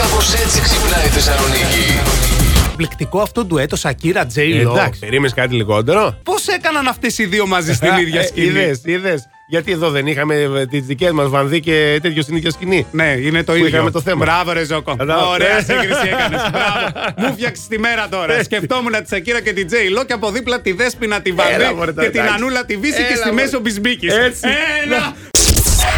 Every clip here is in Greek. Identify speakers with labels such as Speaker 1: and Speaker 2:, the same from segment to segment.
Speaker 1: Κάπως έτσι ξυπνάει η Θεσσαλονίκη.
Speaker 2: Πληκτικό αυτό του έτος Ακύρα Τζέι Λό.
Speaker 3: Εντάξει, περίμενες κάτι λιγότερο.
Speaker 2: Πώς έκαναν αυτές οι δύο μαζί στην
Speaker 3: Ε,
Speaker 2: ίδια σκηνή.
Speaker 3: Είδες, είδες. Γιατί εδώ δεν είχαμε ε, τις δικές μας βανδί και τέτοιο στην ίδια σκηνή.
Speaker 2: Ναι, είναι το
Speaker 3: Που
Speaker 2: ίδιο.
Speaker 3: είχαμε το θέμα.
Speaker 2: Μπράβο, ρε Ζόκο.
Speaker 3: Κατάλαβα.
Speaker 2: Ωραία σύγκριση έκανες. Μπράβο. Μου φτιάξει τη μέρα τώρα.
Speaker 3: Έτσι.
Speaker 2: Σκεφτόμουν τη Σακύρα και την Τζέι Λό και από δίπλα τη Δέσπινα τη
Speaker 3: Έλα,
Speaker 2: Βαρδί
Speaker 3: μωρέ,
Speaker 2: και
Speaker 3: τώρα,
Speaker 2: την
Speaker 3: εντάξει.
Speaker 2: Ανούλα τη Βύση και
Speaker 3: Έλα,
Speaker 2: στη
Speaker 3: μωρέ.
Speaker 2: Μέσο Μπισμπίκης.
Speaker 3: Έτσι.
Speaker 2: Έλα.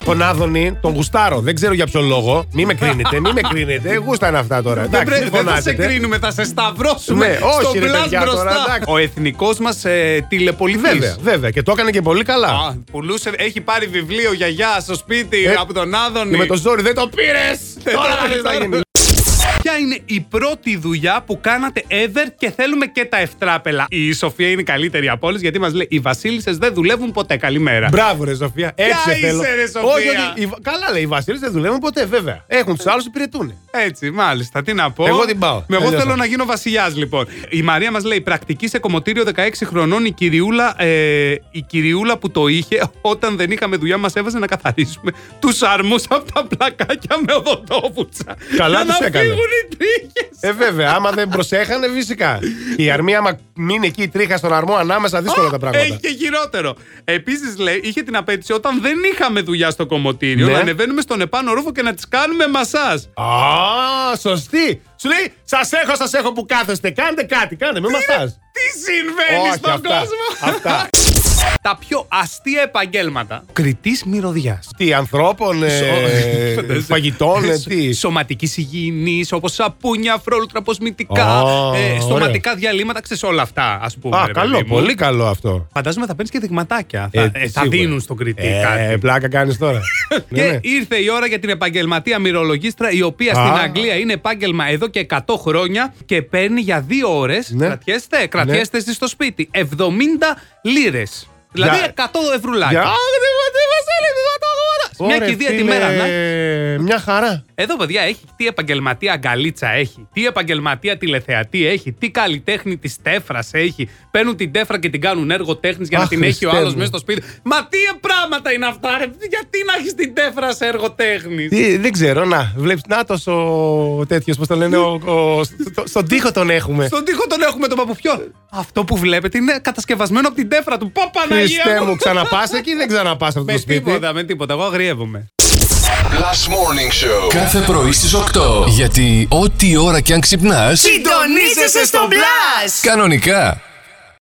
Speaker 3: Τον Άδωνη, τον γουστάρω. Δεν ξέρω για ποιο λόγο. Μη με κρίνετε, μη με κρίνετε. Γούστα είναι αυτά τώρα.
Speaker 2: Δεν,
Speaker 3: Εντάξει,
Speaker 2: πρέ-
Speaker 3: μην
Speaker 2: δεν θα σε
Speaker 3: φωνάζετε.
Speaker 2: κρίνουμε, θα σε σταυρώσουμε
Speaker 3: Ναι,
Speaker 2: στο
Speaker 3: όχι, ρε,
Speaker 2: πλάσ
Speaker 3: παιδιά, τώρα,
Speaker 2: μπροστά.
Speaker 3: εντάξει.
Speaker 2: Ο εθνικός μας ε, τηλεπολιτής.
Speaker 3: Βέβαια, βέβαια. Και το έκανε και πολύ καλά.
Speaker 2: Α, πουλούσε, έχει πάρει βιβλίο γιαγιά στο σπίτι
Speaker 3: Ε,
Speaker 2: από τον Άδωνη. Ε,
Speaker 3: Και με το ζόρι δεν το πήρε! Τώρα
Speaker 2: τώρα,
Speaker 3: δεν θα
Speaker 2: τώρα.
Speaker 3: γίνει.
Speaker 2: Ποια είναι η πρώτη δουλειά που κάνατε ever και θέλουμε και τα ευτράπελα. Η Σοφία είναι η καλύτερη από όλες γιατί μας λέει οι βασίλισσες δεν δουλεύουν ποτέ. Καλημέρα.
Speaker 3: Μπράβο, ρε Σοφία. Έτσι
Speaker 2: Ποια
Speaker 3: σε θέλω.
Speaker 2: είσαι, ρε, Σοφία?
Speaker 3: Όχι, όχι. οι- Καλά λέει. Οι Βασίλε δεν δουλεύουν ποτέ, βέβαια. Έχουν τους άλλους υπηρετούν.
Speaker 2: Έτσι, μάλιστα. Τι να πω.
Speaker 3: Εγώ την πάω.
Speaker 2: Με εγώ
Speaker 3: Τελειώσαμε.
Speaker 2: θέλω να γίνω βασιλιάς, λοιπόν. Η Μαρία μας λέει: Πρακτική σε κομμωτήριο 16 χρονών η κυριούλα, ε, η κυριούλα που το είχε όταν δεν είχαμε δουλειά μας έβαζε να καθαρίσουμε τους αρμούς από τα πλακάκια με οδοντόβουτσα.
Speaker 3: Καλά
Speaker 2: Για
Speaker 3: τους
Speaker 2: να
Speaker 3: έκανε.
Speaker 2: φύγουν οι τρίχε.
Speaker 3: Ε, βέβαια, άμα δεν προσέχανε, φυσικά. Και η αρμία, άμα μείνει εκεί η τρίχα στον αρμό, ανάμεσα δύσκολα τα
Speaker 2: Έχει
Speaker 3: πράγματα.
Speaker 2: και χειρότερο. Επίσης, λέει, είχε την απέτηση όταν δεν είχαμε δουλειά στο κομμωτήριο
Speaker 3: Ναι.
Speaker 2: να ανεβαίνουμε στον επάνω ρούφο και να τις κάνουμε μασά.
Speaker 3: Α, σωστή. Σου λέει, σας έχω, σας έχω που κάθεστε. Κάντε κάτι, κάντε με μασάζ.
Speaker 2: Τι συμβαίνει στον
Speaker 3: αυτά.
Speaker 2: κόσμο.
Speaker 3: αυτά.
Speaker 2: τα πιο αστεία επαγγέλματα. Κριτής μυρωδιάς.
Speaker 3: Τι, ανθρώπων, ε,
Speaker 2: Φαντάζεσαι.
Speaker 3: φαγητών, ε, τι.
Speaker 2: Σωματικής υγιεινής, όπως σαπούνια, φρόλουτρα, ποσμητικά,
Speaker 3: Α,
Speaker 2: ε,
Speaker 3: ωραία.
Speaker 2: στοματικά διαλύματα, ξέρεις όλα αυτά, ας πούμε.
Speaker 3: Α,
Speaker 2: ρε
Speaker 3: καλό,
Speaker 2: παιδί μου.
Speaker 3: πολύ καλό αυτό.
Speaker 2: Φαντάζομαι θα παίρνεις και δειγματάκια.
Speaker 3: Ε,
Speaker 2: θα, ε, θα
Speaker 3: σίγουρα.
Speaker 2: δίνουν στον κριτή
Speaker 3: ε,
Speaker 2: κάτι.
Speaker 3: Πλάκα κάνεις τώρα. Ναι,
Speaker 2: Και
Speaker 3: ναι.
Speaker 2: ήρθε η ώρα για την επαγγελματία μυρολογίστρα, η οποία στην
Speaker 3: Α.
Speaker 2: Αγγλία είναι επάγγελμα εδώ και 100 χρόνια και παίρνει για δύο ώρες.
Speaker 3: Ναι.
Speaker 2: Κρατιέστε, κρατιέστε εσείς στο σπίτι. 70 λίρε. Δηλαδή 100 ευρουλάκια.
Speaker 3: Για-
Speaker 2: Μια
Speaker 3: Ωρε,
Speaker 2: κηδεία τη
Speaker 3: φίλε,
Speaker 2: μέρα, να.
Speaker 3: Μια χαρά.
Speaker 2: Εδώ, παιδιά, έχει τι επαγγελματία αγκαλίτσα έχει, τι επαγγελματία τηλεθεατή έχει, τι καλλιτέχνη της τέφρας έχει. Παίρνουν την τέφρα και την κάνουν έργο τέχνης για να
Speaker 3: Αχ,
Speaker 2: την έχει ο
Speaker 3: Χριστέ
Speaker 2: άλλος
Speaker 3: μου.
Speaker 2: μέσα στο σπίτι. Μα τι πράγματα είναι αυτά, ρε, γιατί να έχεις την τέφρα σε έργο τέχνης.
Speaker 3: Τι, δεν ξέρω, να. Βλέπεις να τόσο τέτοιος, πώς το λένε. ο- ο- στο- στον τοίχο τον έχουμε.
Speaker 2: Στον τοίχο τον έχουμε τον παπουφιό. Αυτό που βλέπετε είναι κατασκευασμένο από την τέφρα του. Πω
Speaker 3: Χριστέ
Speaker 2: Παναγία
Speaker 3: μου, ξαναπάς εκεί ή δεν ξαναπάς αυτό το
Speaker 2: Με
Speaker 3: σπίτι.
Speaker 2: τίποτα, με τίποτα. Εγώ αγριεύομαι.
Speaker 1: Last Morning Show.
Speaker 4: Κάθε πρωί στις 8. Γιατί ό,τι ώρα κι αν ξυπνάς,
Speaker 5: Συντονίζεσαι στο μπλα!
Speaker 4: κανονικά.